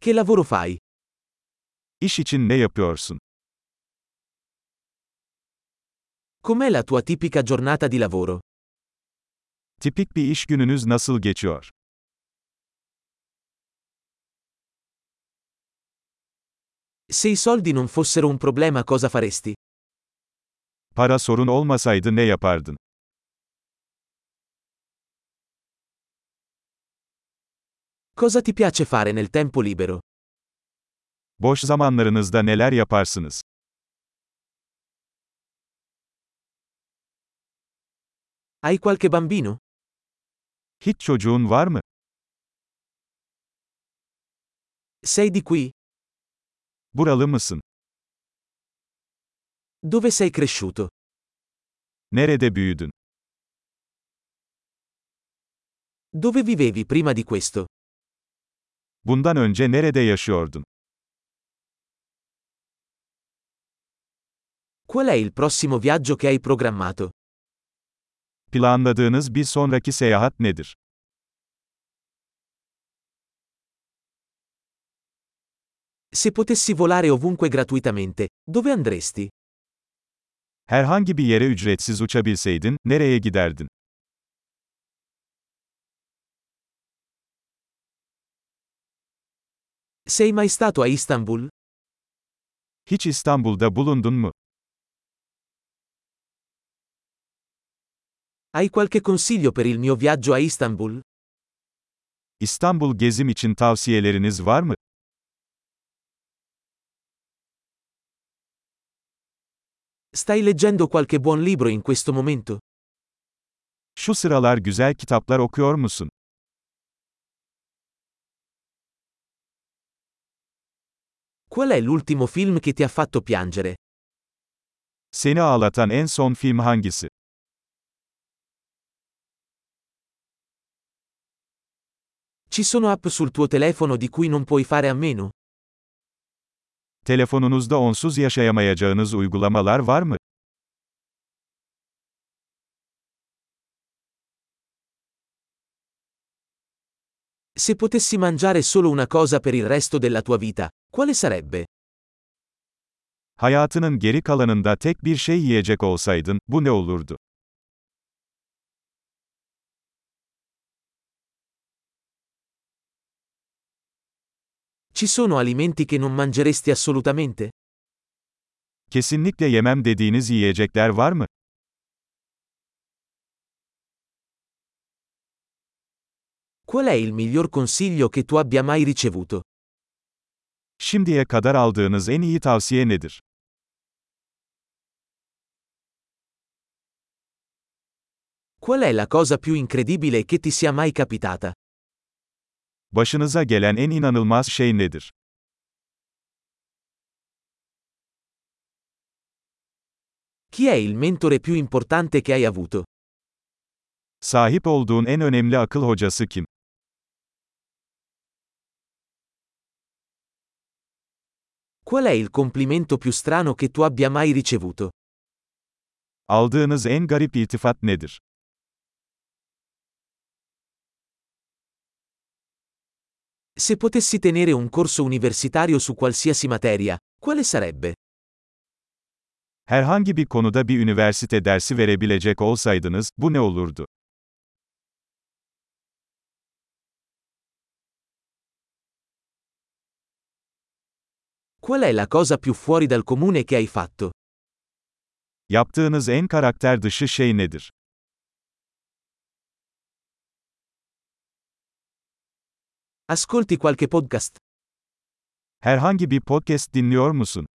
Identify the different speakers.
Speaker 1: Che lavoro fai?
Speaker 2: İş için ne yapıyorsun?
Speaker 1: Com'è la tua tipica giornata di lavoro?
Speaker 2: Tipik bir iş gününüz nasıl geçiyor?
Speaker 1: Se i soldi non fossero un problema cosa faresti?
Speaker 2: Para sorun olmasaydı ne yapardın?
Speaker 1: Cosa ti piace fare nel tempo libero?
Speaker 2: Boş zamanlarınızda neler yaparsınız?
Speaker 1: Hai qualche bambino?
Speaker 2: Hiç çocuğun var mı?
Speaker 1: Sei di qui?
Speaker 2: Buralı mısın?
Speaker 1: Dove sei cresciuto?
Speaker 2: Nerede büyüdün?
Speaker 1: Dove vivevi prima di questo?
Speaker 2: Bundan önce nerede yaşıyordun?
Speaker 1: Qual è il prossimo viaggio che hai programmato?
Speaker 2: Planladığınız bir sonraki seyahat nedir?
Speaker 1: Se potessi volare ovunque gratuitamente, dove andresti?
Speaker 2: Herhangi bir yere ücretsiz uçabilseydin, nereye giderdin?
Speaker 1: Sei mai stato a Istanbul?
Speaker 2: Hiç İstanbul'da bulundun mu?
Speaker 1: Hai qualche consiglio per il mio viaggio a Istanbul?
Speaker 2: İstanbul gezim için tavsiyeleriniz var mı?
Speaker 1: Stai leggendo qualche buon libro in questo momento?
Speaker 2: Şu sıralar güzel kitaplar okuyor musun?
Speaker 1: Qual è l'ultimo film che ti ha fatto piangere?
Speaker 2: Seni ağlatan en son film hangisi?
Speaker 1: Ci sono app sul tuo telefono di cui non puoi fare a meno?
Speaker 2: Telefonunuzda onsuz yaşayamayacağınız uygulamalar var mı?
Speaker 1: Se potessi mangiare solo una cosa per il resto della tua vita, quale sarebbe?
Speaker 2: Hayatının geri kalanında tek bir şey yiyecek olsaydın, bu ne olurdu?
Speaker 1: Ci sono alimenti che non mangeresti assolutamente?
Speaker 2: Kesinlikle yemem dediğiniz yiyecekler var mı?
Speaker 1: Qual è il miglior consiglio che tu abbia mai ricevuto?
Speaker 2: Şimdiye kadar aldığınız en iyi tavsiye nedir?
Speaker 1: Qual è la cosa più incredibile che ti sia mai capitata?
Speaker 2: Başınıza gelen en inanılmaz şey nedir?
Speaker 1: Chi è il mentore più importante che hai avuto?
Speaker 2: Sahip olduğun en önemli akıl hocası kim?
Speaker 1: Qual è il complimento più strano che tu abbia mai ricevuto?
Speaker 2: Aldığınız en garip iltifat nedir?
Speaker 1: Se potessi tenere un corso universitario su qualsiasi materia, quale sarebbe?
Speaker 2: Herhangi bir konuda bir üniversite dersi verebilecek olsaydınız, bu ne olurdu?
Speaker 1: Qual è la cosa più fuori dal comune che hai fatto?
Speaker 2: Yaptığınız en karakter dışı şey nedir?
Speaker 1: Ascolti qualche podcast?
Speaker 2: Herhangi bir podcast dinliyor musun?